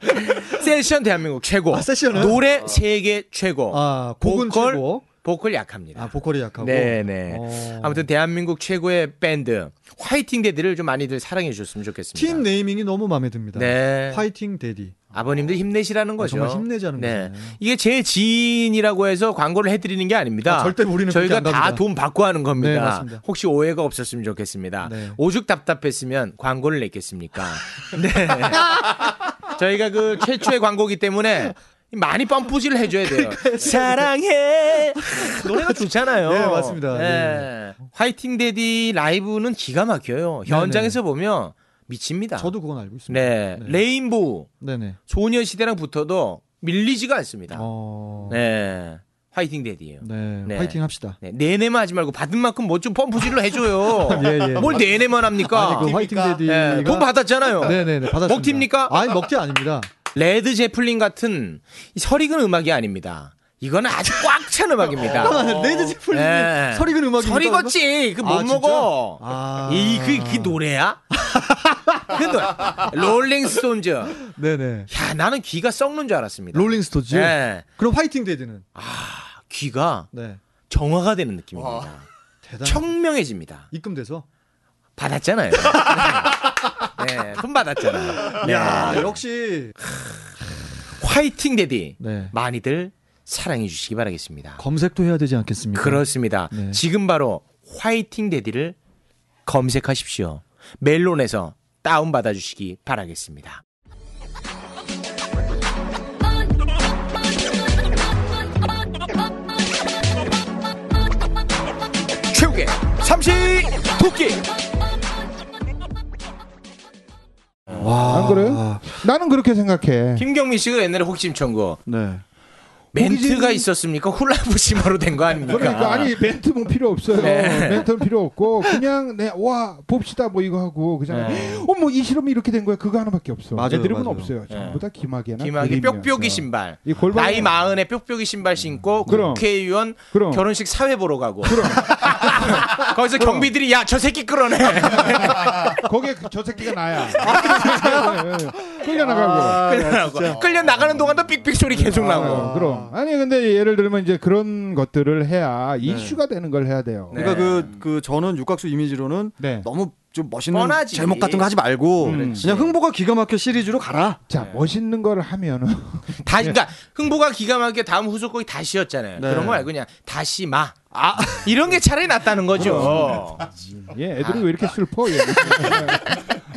네. 세션 대한민국 최고. 아, 세션은? 노래 세계 최고. 아 곡은 보컬, 최고. 보컬 약합니다. 아 보컬이 약하고. 네네. 어. 아무튼 대한민국 최고의 밴드 화이팅 데디를 좀 많이들 사랑해 주셨으면 좋겠습니다. 팀 네이밍이 너무 마음에 듭니다. 네. 화이팅 데디. 아버님들 힘내시라는 거죠. 정말 힘내자는 네. 거잖아요. 이게 제 지인이라고 해서 광고를 해드리는 게 아닙니다. 아, 절대 우리는 저희가 그렇게 안 다 갑니다. 돈 받고 하는 겁니다. 네, 맞습니다. 혹시 오해가 없었으면 좋겠습니다. 네. 오죽 답답했으면 광고를 냈겠습니까? 네. 저희가 그 최초의 광고기 때문에 많이 뻔뿌지를 해줘야 돼요. 사랑해 노래가 좋잖아요. 네, 맞습니다. 네. 화이팅 데디 라이브는 기가 막혀요. 현장에서 보면 미칩니다. 네, 저도 그건 알고 있습니다. 네. 레인보우 네네. 소녀시대랑 붙어도 밀리지가 않습니다. 어. 네. 네. 화이팅 데디예요. 네. 화이팅 합시다. 네, 내내만 하지 말고 받은 만큼 뭐 좀 펌프질로 해줘요. 예, 예. 뭘 내내만 합니까? 아니 그 화이팅 데디가 예, 돈 받았잖아요. 네네네 받았습니다. 먹튀입니까? 아니 먹튀 아닙니다. 레드 제플린 같은 이 설익은 음악이 아닙니다. 이건 아주 꽉 찬 음악입니다. 레드 제플린 네. 설익은 음악이 설익었지. 그 못 아, 진짜? 먹어. 아. 이 그 그 노래야? 그 노래. 롤링스톤즈. 야 네네. 나는 귀가 썩는 줄 알았습니다. 롤링스토즈. 예. 그럼 화이팅 데디는 귀가 네 정화가 되는 느낌입니다. 대단. 청명해집니다. 입금돼서. 받았잖아요. 네, 돈 받았잖아요. 네. 야 역시. 화이팅 데디 네. 많이들 사랑해 주시기 바라겠습니다. 검색도 해야 되지 않겠습니까? 그렇습니다. 네. 지금 바로 화이팅 데디를 검색하십시오. 멜론에서 다운 받아 주시기 바라겠습니다. 최욱의 삼시 토끼 아, 안 아, 그래요? 나는 그렇게 생각해. 김경민 씨가 옛날에 호기심 천국 네. 멘트가 있었습니까? 훌라부심으로 된 거 아닙니까? 그러니까 아니 멘트 뭐 필요 없어요. 네. 멘트는 필요 없고 그냥 내와 봅시다 뭐 이거 하고 그냥 네. 어머 뭐 이 실험이 이렇게 된 거야 그거 하나밖에 없어. 맞아요, 애드립은 맞아요. 없어요. 전부 다 기막이나 김학의 그림이어서. 뾱뾱이 신발. 이 골반 나이 마흔에 뾱뾱이 신발 신고 음, 그럼. 어. 국회의원 그럼. 결혼식 사회 보러 가고. 거기서 경비들이 야 저 새끼 끌어내. 거기에 그저 새끼가 나야. 아, 그렇죠. 네, 끌려 나가고. 네, 끌려나고. 끌려 나가는 동안도 삑삑 소리 계속 아. 나고. 그럼 아니 근데 예를 들면 이제 그런 것들을 해야 이슈가 되는 걸 해야 돼요. 네. 그러니까 그, 그 저는 육각수 이미지로는 네. 너무 좀 멋있는 뻔하지. 음. 제목 같은 거 하지 말고 그냥 흥보가 기가 막혀 시리즈로 가라. 어, 자 네. 멋있는 걸 하면은 다 네. 그러니까 흥보가 기가 막혀 다음 후속곡이 다시였잖아요. 그런 거 말고 그냥 다시 마. 아 이런 게 차라리 낫다는 거죠. 예, 애들이 왜 이렇게 슬퍼? 얘.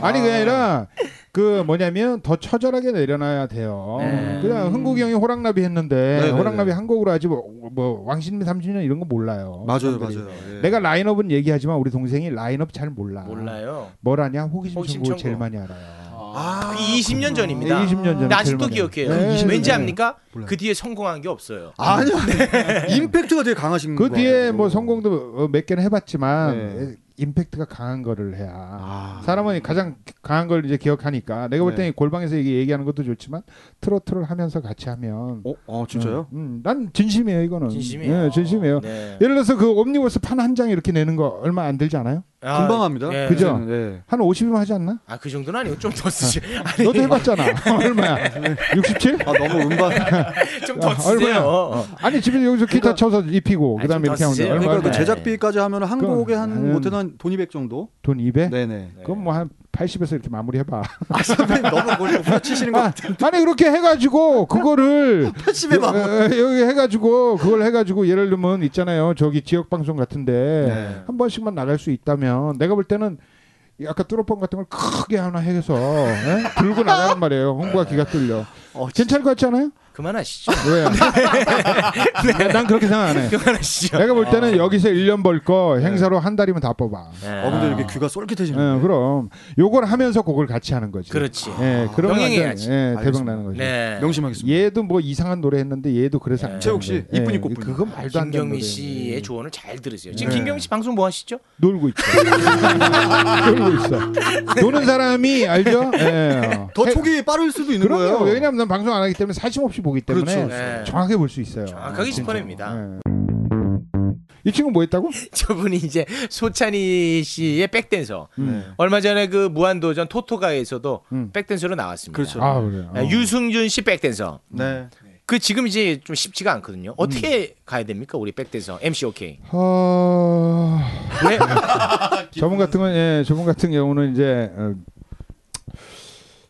아니 그게 아니라 그 뭐냐면 더 처절하게 내려놔야 돼요. 그냥 흥국이 형이 호랑나비 했는데 네, 네, 호랑나비 한 곡으로 하지 뭐, 뭐 왕신미 삼신년 이런 거 몰라요. 맞아요, 사람들이. 맞아요. 예. 내가 라인업은 얘기하지만 우리 동생이 라인업 잘 몰라. 몰라요. 뭘 아냐? 호기심 호기심 청구 청구. 제일 많이 알아요. 그 20년 전입니다. 네, 20년 전에 근데 아직도 제일 많이 기억해요. 알아요. 네, 왠지 네. 압니까? 그 뒤에 성공한 게 없어요. 아니요. 임팩트가 되게 강하신 네. 그 거 뒤에 같아요. 뭐 성공도 어, 몇 개는 해봤지만 에, 임팩트가 강한 거를 해야 아. 사람은 가장 강한 걸 이제 기억하니까 내가 볼 때는 골방에서 얘기, 얘기하는 것도 좋지만 트로트를 하면서 같이 하면 어, 어 진짜요? 음, 음, 난 진심이에요 이거는 진심이에요. 예, 진심이에요 네. 예를 들어서 그 옴니버스 판 한 장 이렇게 내는 거 얼마 안 들지 않아요? 아, 금방 합니다. 네. 그죠? 네. 네. 한 50이면 하지 않나? 아 그 정도는 아니고 좀 더 쓰시. 아니 너도 해봤잖아 얼마야? 67? 아 너무 음반 어, 좀 더 아, 쓰세요. 아니 집에서 여기서 기타 쳐서 입히고 아니, 그 다음에 좀더 이렇게 하면 쓰세요. 얼마 그러니까 그 네. 제작비까지 하면 한 그럼, 곡에 한 음. 못해도 한돈 200 정도. 돈 200? 네네. 그럼 뭐 한 80에서 이렇게 마무리해봐 아 선배님 너무 그걸 부딪히시는 거 아, 아니 그렇게 해가지고 그거를 80에 여- 막. 에, 여기 해가지고 그걸 해가지고 예를 들면 있잖아요 저기 지역 방송 같은데 네. 한 번씩만 나갈 수 있다면 내가 볼 때는 약간 뚜로폰 같은 걸 크게 하나 해서 예? 들고 나가는 말이에요 홍보가 기가 뚫려 어, 진짜. 괜찮을 것 같지 않아요? 그만하시죠. 왜요? 네. 네, 난 그렇게 생각 안 해. 네? 그만하시죠. 내가 볼 아. 때는 여기서 1년 벌 거 네. 행사로 한 달이면 다 뽑아. 네. 어 근데 이렇게 귀가 쏠깃해지는. 예, 그럼 요걸 하면서 곡을 같이 하는 거지. 아, 그렇죠. 그렇지. 예, 그러면 완전, 병행해야지. 예, 아, 알겠습니다. 대박 나는 거지. 네. 명심하겠습니다. 네. 얘도 뭐 이상한 노래 했는데 얘도 그래서 안 되는 최욱 씨, 거예요. 이쁜이 예, 꽃분이. 그건 말도 안 되는 김경민 노래예요. 네. 씨의 조언을 잘 들으세요. 지금 김경민 씨 방송 뭐 하시죠? 놀고 있죠. 놀고 있어. 노는 사람이 알죠? 예. 더 촉이 빠를 수도 있는 그럼요. 거예요. 왜냐하면 난 방송 안 하기 때문에 사심 없이 보기 때문에 그렇죠. 네. 정확하게 볼 수 있어요. 정확하게 진짜. 짚어냅니다. 예. 이 친구 뭐 했다고? 저분이 이제 소찬희 씨의 백댄서. 음. 얼마 전에 그 무한도전 토토가에서도 백댄서로 나왔습니다. 그렇죠. 아 그래요. 네, 유승준 씨 백댄서. 네. 그 지금 이제 좀 쉽지가 않거든요. 어떻게 가야 됩니까? 우리 백대에서 MC OK. 어... 왜? 저분 같은 건 예, 저분 같은 경우는 이제 어,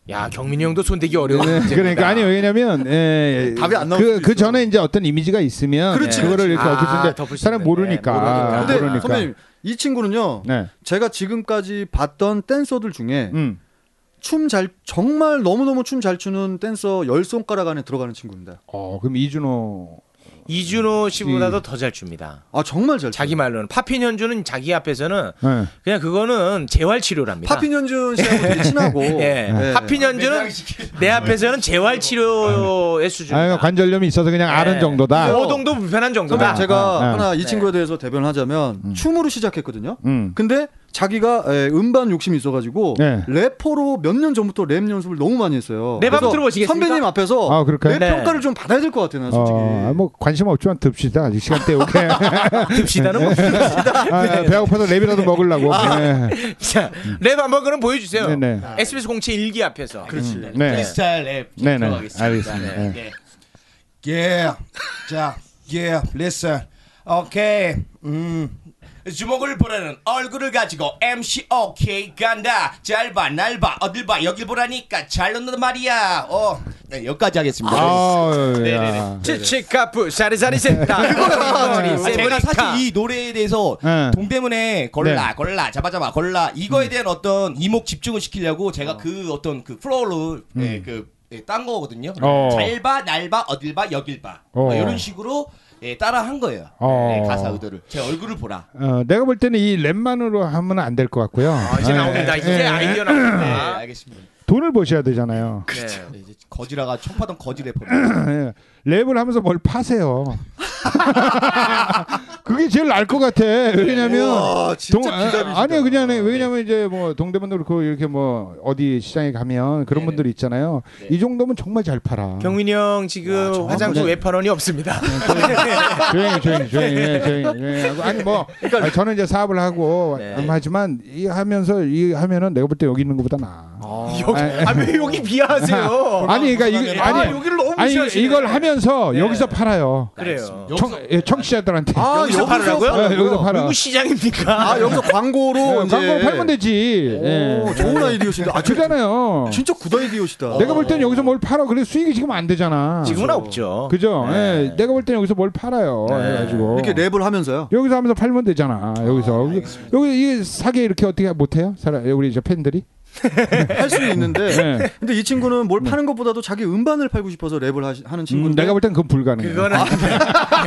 야 경민이 형도 손대기 어려운 네, 문제입니다. 그러니까 아니 왜냐면 예, 예, 답이 안 나올 수도 그, 있어. 그 전에 이제 어떤 이미지가 있으면 그렇지, 거를 그렇지. 이렇게 아, 엎으신데 덮을 수 사람 있는데. 모르니까 아, 모르니까. 모르니까, 근데 선배님 이 친구는요. 네. 제가 지금까지 봤던 댄서들 중에 음. 춤 잘 정말 너무너무 춤 잘 추는 댄서 열 손가락 안에 들어가는 친구입니다. 어 그럼 이준호 이준호 씨보다도 더 잘 춥니다. 아 정말 잘. 자기 말로는 파핀 현주는 자기 앞에서는 네. 그냥 그거는 재활 치료랍니다. 파핀 현준 씨하고 되게 친하고. 예. 네. 파핀 현주는 내 앞에서는 재활 치료의 수준. 아, 관절염이 있어서 그냥 네. 아는 정도다. 노동도 불편한 정도다. 선배님 제가 아, 아. 하나 이 네. 친구에 대해서 대변하자면 춤으로 시작했거든요. 음. 근데 자기가 예, 음반 욕심이 있어가지고 네. 래퍼로 몇 년 전부터 랩 연습을 너무 많이 했어요. 내밤 그래서 들어보시겠습니까? 선배님 앞에서 아, 그럴까요? 랩 네. 평가를 좀 받아야 될 것 같아요, 나 솔직히. 어, 뭐 관심 없지만 듭시다. 아직 시간 때우게. 듭시다는 뭐. 아, 배고파서 랩이라도 먹으려고. 네. 자, 랩 한번 그럼 보여주세요. 네네. SBS 공채 일기 앞에서. 그렇지. 네. 프리스타일 앱 네네. 들어가겠습니다. 알겠습니다. 네. 네. Yeah. 자, yeah. Listen. Okay. 음. 주먹을 보라는 얼굴을 가지고 MC OK 간다. 잘 봐, 날 봐, 어딜 봐, 여길 보라니까 잘 논단 말이야. 어. 네, 여기까지 하겠습니다. 아우, 야. 치치카푸 사리사리 센다. 그거야. 아, 제가 사실 이 노래에 대해서 네. 동대문에 걸라 네. 걸라 잡아 잡아 걸라 이거에 대한 어떤 이목 집중을 시키려고 제가 그 어떤 그 플로우를 예, 그 예, 딴 거거든요. 어. 잘봐 날봐 어딜 봐 여길 봐뭐 어. 이런 식으로 예, 따라 한 거예요. 어. 예, 가사 의도를 제 얼굴을 보라. 어, 내가 볼 때는 이 랩만으로 하면 안 될 것 같고요. 아, 이제 예, 나옵니다. 이제 예. 아이디어 네, 나옵니다. 알겠습니다. 돈을 버셔야 되잖아요. 네. 네, 이제 거지라가 총파던 거지 래퍼. 예. 랩을 하면서 뭘 파세요. 그게 제일 나을 것 같아. 왜냐면 동, 아, 아니요 그냥 왜냐면 이제 뭐 동대문도 그렇고 이렇게 뭐 어디 시장에 가면 그런 분들 있잖아요. 이 정도면 정말 잘 팔아. 네. 경민이 형 지금 화장실 네. 외판원이 없습니다. 조용히 조용히 조용히 예, 조용히, 조용히 하고. 아니 뭐 아니, 저는 이제 사업을 하고 그러니까 네. 음, 하지만 이 하면서 이 하면은 내가 볼 때 여기 있는 것보다 나. 여기 아왜 여기 비하하세요? 예. 아니 그러니까 이거 아, 아니 여기를 너무 아니 무시하시네. 이걸 하면서 여기서 팔아요. 그래요. 청, 예, 청취자들한테. 아, 여기서 팔으라고요? 팔아요? 예, 여기서 팔아. 누구 시장입니까? 아 여기서 광고로 예, 이제 광고 팔면 되지. 예. 오, 좋은 아이디어시다. 아, 진짜, 그잖아요. 진짜 굿 아이디어시다. 내가 볼 땐 여기서 뭘 팔아. 그래 수익이 지금 안 되잖아. 지금은 없죠. 그죠? 네. 예, 내가 볼 땐 여기서 뭘 팔아요. 해가지고. 이렇게 랩을 하면서요. 여기서 하면서 팔면 되잖아. 여기서 여기 이 사게 이렇게 어떻게 못해요? 사람 우리 저 팬들이. 할 수는 네. 있는데. 예. 근데 이 친구는 뭘 파는 것보다도 자기 음반을 팔고 싶어서 랩을 하시- 하는 음, 친구인데 내가 볼 땐 그건 불가능해. 그건 안 돼.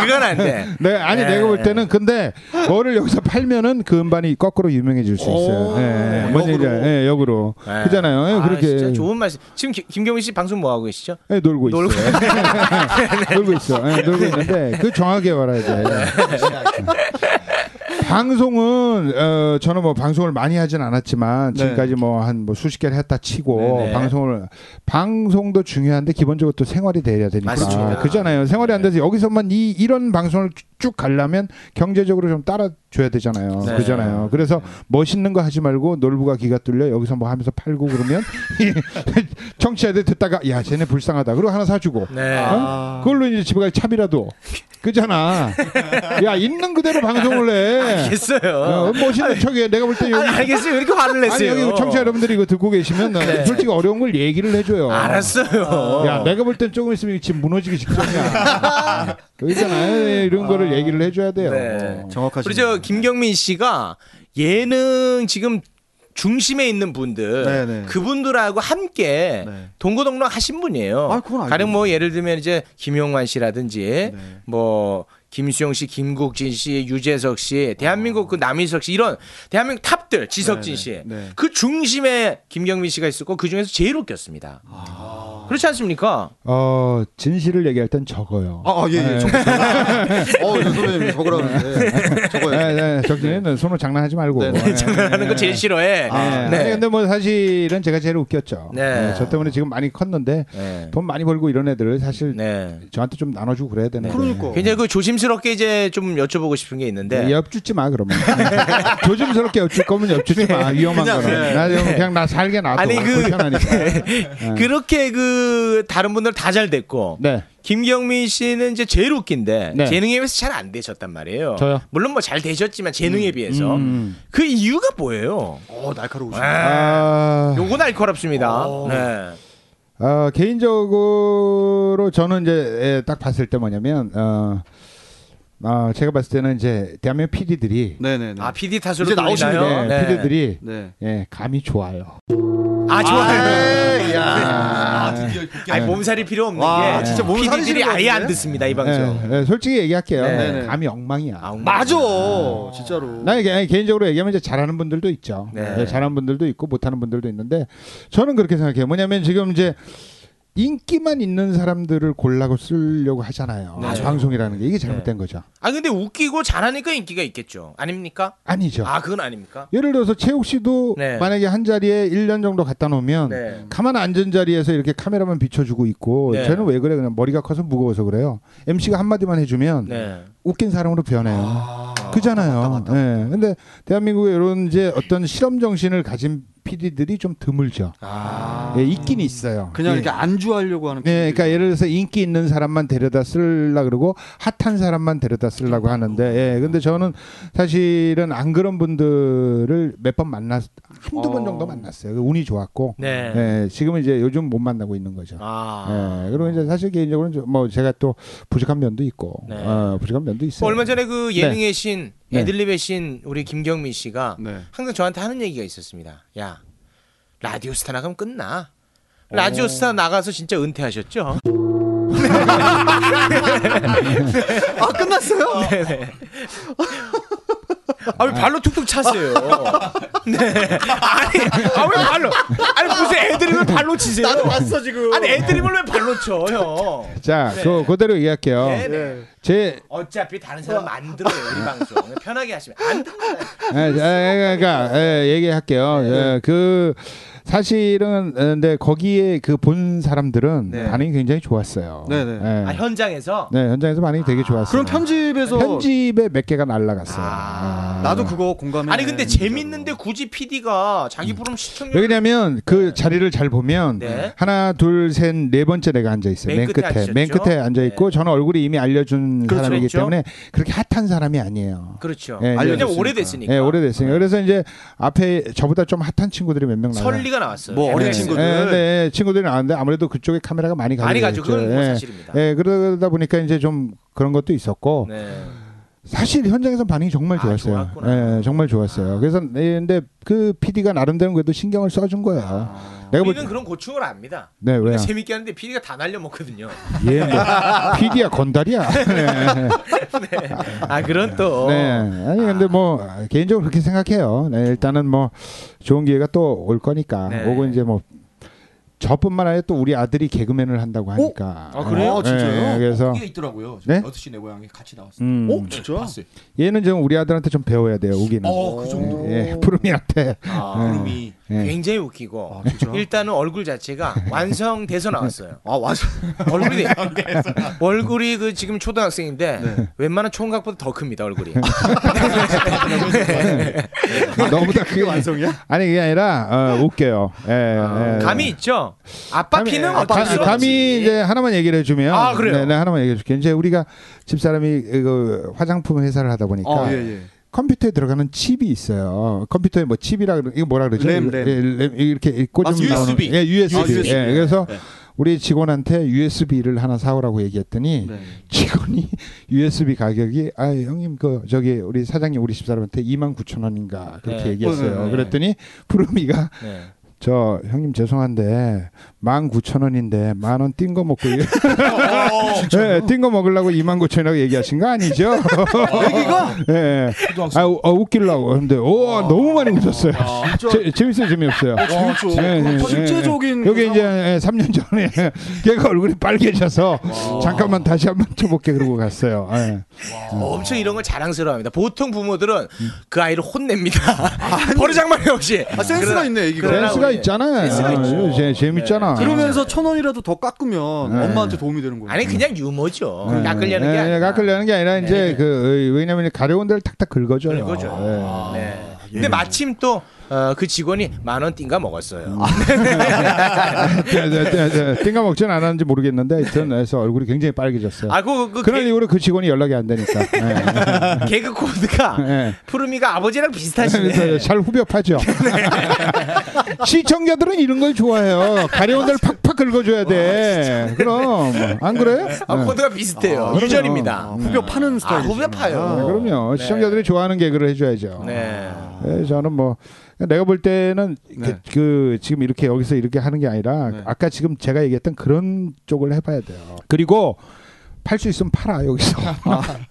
그건 안 돼. 네, 아니 예. 내가 볼 때는 근데 뭐를 여기서 팔면은 그 음반이 거꾸로 유명해질 수 있어요. 예, 뭔 얘기야? 예, 역으로. 예. 그잖아요. 예, 아, 그렇게 진짜 좋은 말씀. 지금 김- 김경민 씨 방송 뭐 하고 계시죠? 예, 놀고 있어. 놀고 네. 놀고 있어. 예, 놀고 있는데 그 정확하게 말아야 돼. 방송은 어, 저는 뭐 방송을 많이 하진 않았지만 지금까지 뭐 한 뭐 수십 개를 했다 치고 네. 네네. 방송을 방송도 중요한데 기본적으로 또 생활이 돼야 되니까 맞습니다. 네. 그잖아요. 생활이 안 돼서 여기서만 이 이런 방송을 쭉- 쭉 가려면 경제적으로 좀 따라줘야 되잖아요. 네. 그잖아요. 그래서 멋있는 거 하지 말고 놀부가 기가 뚫려 여기서 뭐 하면서 팔고 그러면 청취자들 듣다가 야 쟤네 불쌍하다 그리고 하나 사주고 네. 어? 그걸로 이제 집에 가 차비라도 그잖아. 야 있는 그대로 방송을 해. 알겠어요. 어, 멋있는 척해. 내가 볼 때 여기 아니, 알겠어요. 왜 이렇게 화를 아니 내세요? 네. 여기 청취자 여러분들이 이거 듣고 계시면 솔직히 어려운 걸 얘기를 해줘요. 알았어요. 야, 내가 볼 땐 조금 있으면 지금 무너지기 직전이야. 그러잖아. 이런 거를 얘기를 해줘야 돼요. 네. 정확하시. 우리 저 김경민 씨가 예능 지금 중심에 있는 분들 네네. 그분들하고 함께 네. 동고동락 하신 분이에요. 아, 그건 네. 알죠. 가령 뭐 예를 들면 이제 김용환 씨라든지 뭐 김수영 씨, 김국진 씨, 유재석 씨, 대한민국 그 남인석 씨 이런 대한민국 탑들 지석진 씨. 아. 네. 그 중심에 김경민 씨가 있었고 그 중에서 제일 웃겼습니다. 아. 그렇지 않습니까? 어, 진실을 얘기할 땐 적어요. 네. 아, 아, 예, 예. 정- 어, 저 선배님 적으라는데. 적어요. 네, 네, 적진이는 손으로 장난하지 말고. 네, 네. 네. 하는 거 제일 싫어해. 네. 네. 아니, 근데 뭐 사실은 제가 제일 웃겼죠. 네. 네, 저 때문에 지금 많이 컸는데 네. 돈 많이 벌고 이런 애들을 사실 네. 저한테 좀 나눠주고 그래야 되는데. 그러니까. 굉장히 그 조심스럽게 이제 좀 여쭤보고 싶은 게 네, 예, 있는데 네, 엽주지 마 그러면. 네. 조심스럽게 엽줄 거면 엽주지 마 위험한 거는. 나 그냥, 그냥 나 살게 놔둬 아니, 그- 불편하니까. 그렇게 그 다른 분들 다 잘 됐고 네. 김경민 씨는 이제 제일 웃긴데 네. 재능에 비해서 잘 안 되셨단 말이에요. 저요? 물론 뭐 잘 되셨지만 재능에 비해서 음. 그 이유가 뭐예요? 어 날카로우시. 아, 요건 알코올합습니다. 네. 어, 개인적으로 저는 이제 예, 딱 봤을 때 뭐냐면 어, 아, 제가 봤을 때는 이제 대한민국 PD들이 네네네. 아 PD 탓으로 이제 나오시네. 돌리나요? 네, PD들이 네. 예, 감이 좋아요. 아 좋아요. 네. 네. 에이, 야. 아, 드디어 이렇게 아니 뭐. 몸살이 필요 없는 와, 게 진짜 몸살이 PD들이 싫은 것 아예 안 같은데? 듣습니다 이 방송. 예, 예, 솔직히 얘기할게요. 네. 네, 감이 엉망이야. 아, 맞아. 진짜로. 나 이게 아니, 개인적으로 얘기하면 이제 잘하는 분들도 있죠. 네. 예, 잘하는 분들도 있고 못하는 분들도 있는데 저는 그렇게 생각해요. 뭐냐면 지금 이제 인기만 있는 사람들을 골라고 쓰려고 하잖아요. 네. 방송이라는 게 이게 잘못된 거죠. 아 근데 웃기고 잘하니까 인기가 있겠죠. 아닙니까? 아니죠. 아 그건 아닙니까? 예를 들어서 최욱 씨도 네. 만약에 한 자리에 1년 정도 갖다 놓으면 네. 가만 앉은 자리에서 이렇게 카메라만 비춰주고 있고 네. 쟤는 왜 그래 그냥 머리가 커서 무거워서 그래요. MC가 한마디만 해주면 네. 웃긴 사람으로 변해요. 그잖아요. 예. 근데 대한민국의 이런 이제 어떤 실험 정신을 가진 PD들이 좀 드물죠. 아. 예, 있긴 있어요. 그냥 예. 이렇게 안주하려고 하는. 네, 그러니까 예를 들어서 인기 있는 사람만 데려다 쓰려 그러고 핫한 사람만 데려다 쓰려고 하는데, 예, 근데 저는 사실은 안 그런 분들을 몇 번 만났, 한두 번 어. 정도 만났어요. 그 운이 좋았고, 네. 예, 지금은 이제 요즘 못 만나고 있는 거죠. 아. 예, 그리고 이제 사실 개인적으로는 저- 뭐 제가 또 부족한 면도 있고, 네. 어, 부족한 면도 그 있어요. 얼마 전에 그 예능의 신 네. 애들립의 신 우리 김경민 씨가 네. 항상 저한테 하는 얘기가 있었습니다. 야 라디오 스타 나가면 끝나. 라디오 스타 나가서 진짜 은퇴하셨죠? 아 끝났어요? 네네. 아왜 발로 툭툭 차세요? 네. 아니 아왜 발로? 아니 무슨 애드립을 발로 치세요? 어. 나도 봤어 지금. 아니 애드립을 왜 발로 쳐 형? 자, 그 그대로 얘기할게요. 네. 네네. 제 어차피 다른 사람 만들어요 우리 방송 편하게 하시면 안 예, 예, 그러니까 예, 얘기할게요. 네. 예, 그 사실은 예, 근데 거기에 그 본 사람들은 네. 반응이 굉장히 좋았어요. 네네. 예. 아, 현장에서 네, 현장에서 반응이 되게 좋았어요. 그럼 아. 편집에서 편집에 몇 개가 날라갔어요. 아. 나도 그거 공감해. 아니 근데 재밌는데 굳이 PD가 자기 부름 시청률 왜냐면 그 자리를 잘 보면 네. 하나 둘셋네 번째 내가 앉아 있어요. 맨 맨 끝에 끝에 앉으셨죠? 네. 맨 끝에 앉아 있고 저는 얼굴이 이미 알려준 그렇죠. 사람이기 그렇죠. 때문에 그렇게 핫한 사람이 아니에요. 그렇죠. 예, 왜냐면 알려졌으니까. 오래됐으니까. 네. 예, 오래됐으니까. 그래서 이제 앞에 저보다 좀 핫한 친구들이 몇 명 나와요. 설리가 나왔어요. 뭐 어린 네. 친구들. 예, 근데 예, 친구들이 나왔는데 아무래도 그쪽에 카메라가 많이 가죠. 많이 가죠. 그건 뭐 사실입니다. 예, 그러다 보니까 이제 좀 그런 것도 있었고 네. 사실 현장에서 반응이 정말 아, 좋았어요. 좋았구나. 아. 예, 정말 좋았어요. 그래서 예, 근데 그 PD가 나름대로 그래도 신경을 써준 거예요. 내가 볼 아. 우리는 그런 고충을 압니다. 네, 왜요? 그러니까 재밌게 하는데 PD가 다 날려먹거든요. 예, 뭐, PD야 건달이야. 네. 아 그런 또. 네. 아니 근데 뭐 개인적으로 그렇게 생각해요. 네, 일단은 뭐 좋은 기회가 또 올 거니까. 네. 오고 이제 뭐 저뿐만 아니라 또 우리 아들이 개그맨을 한다고 하니까. 아, 그래요? 아, 진짜요? 그래서 이게 있더라고요. 네? 어스시 내 고향에 같이 어, 나왔어요. 음, 어 진짜? 봤어요. 얘는 좀 우리 아들한테 좀 배워야 돼요. 우기는. 어, 그 정도. 예, 예, 푸르미한테. 아, 구름이 예. 굉장히 웃기고 아, 진짜? 일단은 얼굴 자체가 완성돼서 나왔어요. 아 와서 얼굴이 아, 네. 어, 얼굴이 그 지금 초등학생인데 웬만한 총각보다 더 큽니다 얼굴이. 아, 너보다 그게 완성이야? 아니 그게 아니라 어, 웃겨요. 예, 예. 감이 있죠. 아빠 피는 아, 어쩔 수 감이, 없지. 감이 이제 하나만 얘기를 해주면 아, 그래요? 네, 네, 하나만 얘기해줄게. 이제 우리가 집사람이 그 화장품 회사를 하다 보니까 어, 예, 예. 컴퓨터에 들어가는 칩이 있어요. 컴퓨터에 뭐 칩이라 그러 이거 뭐라 그러죠? 램, 램. 예, 램, 이렇게 꽂으면 맞습니다. 나오는- USB. 예, USB. 아, USB. 예, 그래서 우리 직원한테 USB를 하나 사오라고 얘기했더니 네. 직원이 USB 가격이 아 형님 그 저기 우리 사장님 우리 집사람한테 2만 9천 원인가 그렇게 네. 얘기했어요. 네, 네. 그랬더니 푸르미가 네. 저 형님 죄송한데 19,000원인데 만 원 띈 거 먹고 예, 어, 띈거 네, 먹으려고 29,000원이라고 얘기하신 거 아니죠? 얘기가? 예. 아, 우- 어, 웃기려고. 근데 오, 너무 많이 웃었어요. 재, 재밌어요, 재미없어요. 재밌죠. 예, 예, 예, 실제적인 예. 여기 그 이제 3년 전에 걔가 얼굴이 빨개져서 잠깐만 다시 한번 쳐볼게 그러고 갔어요. 예. 엄청 이런 걸 자랑스러워합니다. 음. 보통 부모들은 그 아이를 혼냅니다. 버르장머리 없이. 아 센스가 있네 애기가. 그러나 센스가 우리 있잖아. 요 재밌잖아. 네. 그러면서 천 원이라도 더 깎으면 엄마한테 도움이 되는 거예요. 아니 그냥 유머죠. 음. 네. 깎으려는 음, 게 네, 아니라. 깎으려는 게 아니라 이제 그 어, 왜냐면 가려운 데를 탁탁 긁어줘요. 긁어줘요. 네. 네. 근데 마침 또. 어, 그 직원이 만 원 띵가 음. 먹었어요. 네, 네, 네, 네. 띵가 먹진 않았는지 모르겠는데 하여튼 그래서 얼굴이 굉장히 빨개졌어요. 아, 그, 그, 그런 개, 이후로 그 직원이 연락이 안 되니까. 네. 개그 코드가 네. 푸르미가 아버지랑 비슷하시네. 그래서 잘 후벼파죠. 시청자들은 이런 걸 좋아해요. 가려운 데를 팍팍 긁어줘야 돼. 그럼 안 그래요? 아, 네. 코드가 비슷해요. 유전입니다. 후벼 파는 아, 스타일. 후배 아, 파요. 그럼요. 네. 시청자들이 좋아하는 개그를 해줘야죠. 네. 예, 저는 뭐 내가 볼 때는 네. 그, 그 지금 이렇게 여기서 이렇게 하는 게 아니라 아까 지금 제가 얘기했던 그런 쪽을 해봐야 돼요. 그리고 팔 수 있으면 팔아 여기서.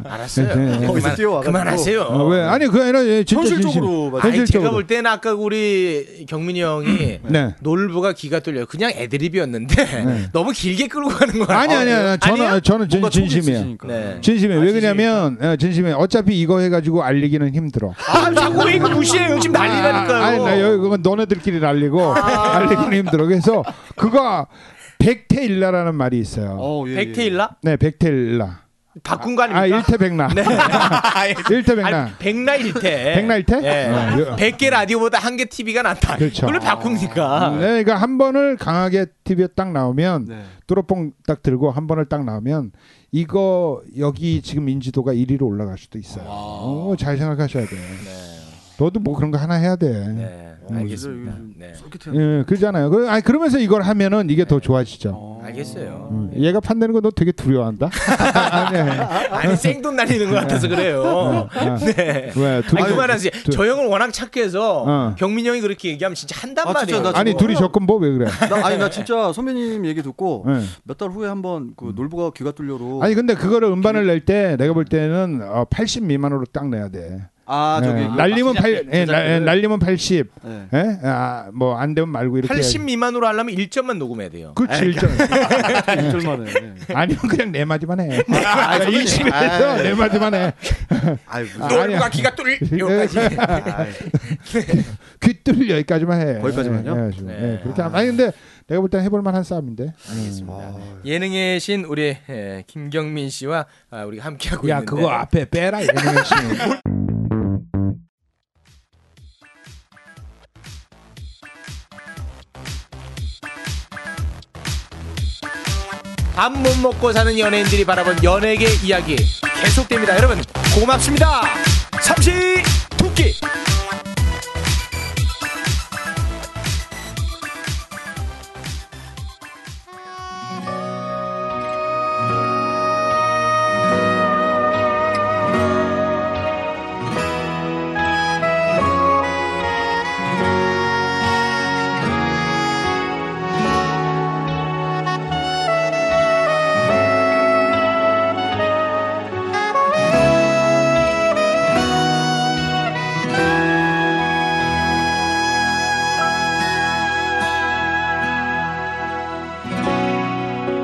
알았어요. 네, 네. 거기서 그만, 뛰어와가지고. 그만하세요. 어, 왜? 아니 그게 아니라 예, 진짜 현실적으로 맞아. 아니, 제가 현실적으로. 볼 때는 아까 우리 경민이 형이 진심. 네. 놀부가 기가 뚫려요. 그냥 애드립이었는데 너무 길게 끌고 가는 거야. 아니 아니 아니 저는 어, 아니야? 저는 진, 뭔가 촉이 진심이에요. 있으시니까. 네. 진심이에요. 왜 그러냐면 예, 진심이에요. 어차피 이거 해가지고 알리기는 힘들어. 아, 자꾸 왜 이거 무시해요. 지금 난리라니까요. 아. 아니 나 여기 그건 너네들끼리 날리고 알리기는 힘들어. 그래서 그거 백태일라라는 말이 있어요. 어, 예, 예. 백테일라? 네, 백태일라. 바꾼 거 아 아닙니까? 네. 일태백라. 일태백라. 아니, 백라 일태. 백라일태? 예. 어, 여- 백 개 라디오보다 한 개 TV가 낫다. 그렇죠. 걸 바꿉니까? 네, 그러니까 한 번을 강하게 TV에 딱 나오면 네. 뚜러뽕 딱 들고 한 번을 딱 나오면 이거 여기 지금 인지도가 1위로 올라갈 수도 있어요. 아. 어, 잘 생각하셔야 돼. 너도 뭐 그런 거 하나 해야 돼. 네, 알겠습니다. 네, 예, 그러잖아요. 그, 아니, 그러면서 이걸 하면은 이게 더 좋아지죠. 알겠어요. 네. 음, 얘가 판내는 거 너 되게 두려워한다. 네. 아니 생돈 날리는 것 같아서 그래요. 아, 네. 왜? 둘이- 아니 그만하세요. 두- 저 형은 워낙 착해서 어. 경민 형이 그렇게 얘기하면 진짜 한단 아, 말이에요. 진짜 나 아니 저거- 둘이 접근 뭐 왜 그래? 나, 아니 나 진짜 선배님 얘기 듣고 예. 몇 달 후에 한번 그 놀부가 귀가 뭐. 뚫려로 아니 근데 그거를 음반을 낼 때 내가 볼 때는 어, 80 미만으로 딱 내야 돼. 아 저기 예, 그- 날림은 팔, 예, 날- 예, 날림은 80. 네. 예? 아, 뭐 안 되면 말고 이렇게. 80 미만으로 하려면 1점만 녹음해야 돼요. 그렇지 일정. 일절만에 아니면 그냥 내 마디만 해. 아, 예. 일심에서 내 마디만 해. 아유 무슨 놀부가 기가 뚫릴 네, 여기까지. 귀 뚫려 여기까지만 해. 거기까지만요? 예, 예, 좀. 네. 예, 그렇게 하면. 아니 근데 내가 볼 땐 해볼 만한 싸움인데. 예능의 신 우리 예, 김경민 씨와 아, 우리가 함께하고 있는데. 앞에 빼라 이러는 씨. 밥 못 먹고 사는 연예인들이 바라본 연예계 이야기 계속됩니다. 여러분 고맙습니다. 삼시 두끼.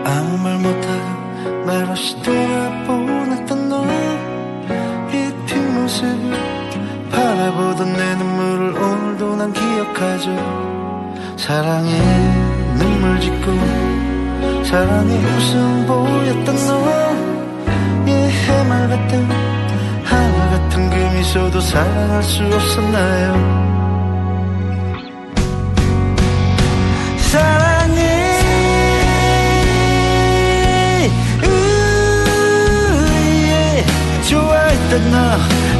아무 말 못하고 말없이 돌아보냈던 너의 이 뒷모습을 바라보던 내 눈물을 오늘도 난 기억하죠 사랑해 눈물 짓고 사랑해 웃음 보였던 너의 해말 같은 하늘 같은 그 미소도 사랑할 수 없었나요 사랑해 우예 좋아했던 너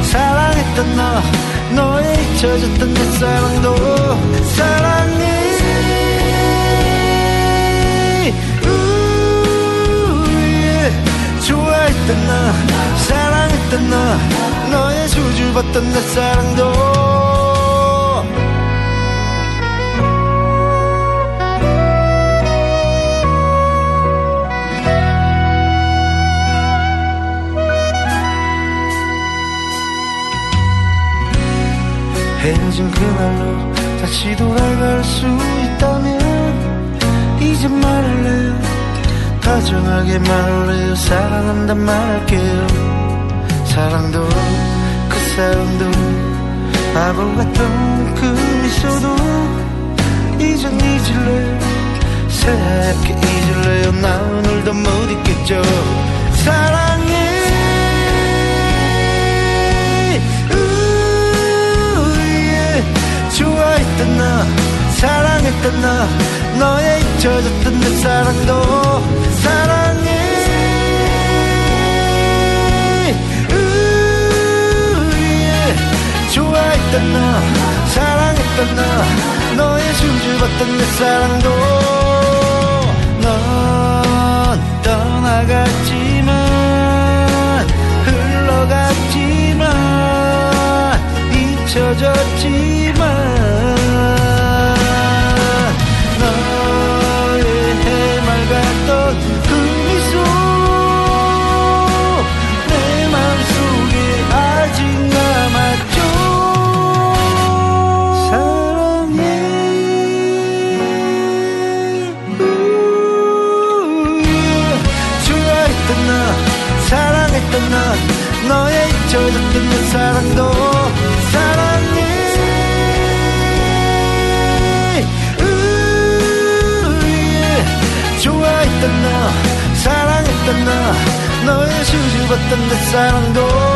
사랑했던 너 너의 잊혀졌던 내 사랑도 사랑해 우예 좋아했던 너 사랑했던 너 너의 수줍었던 그 내 사랑도 헤어진 그날로 다시 돌아갈 수 있다면 이제 말할래요 다정하게 말할래요 사랑한다 말할게요 사랑도 그 사랑도 바보 같던 그 미소도 이젠 잊을래요 새하얗게 잊을래요 나 오늘도 못 잊겠죠 사랑해 우예 좋아했던 나 사랑했던 나 너의 잊혀졌던 내 사랑도 사랑해 우예 좋아했던 나 사랑했던 나 너의 숨죽었던 내 사랑도 넌 떠나갔지만 흘러갔지만 잊혀졌지만 너의 해맑았던 그 미소 내 맘속에 아직 남았죠 사랑해 우유. 좋아했던 나 사랑했던 나 너의 잊혀졌던 내 사랑도 사랑해 우유. 좋아했던 나 사랑했던 나 너의 수줍었던 내 사랑도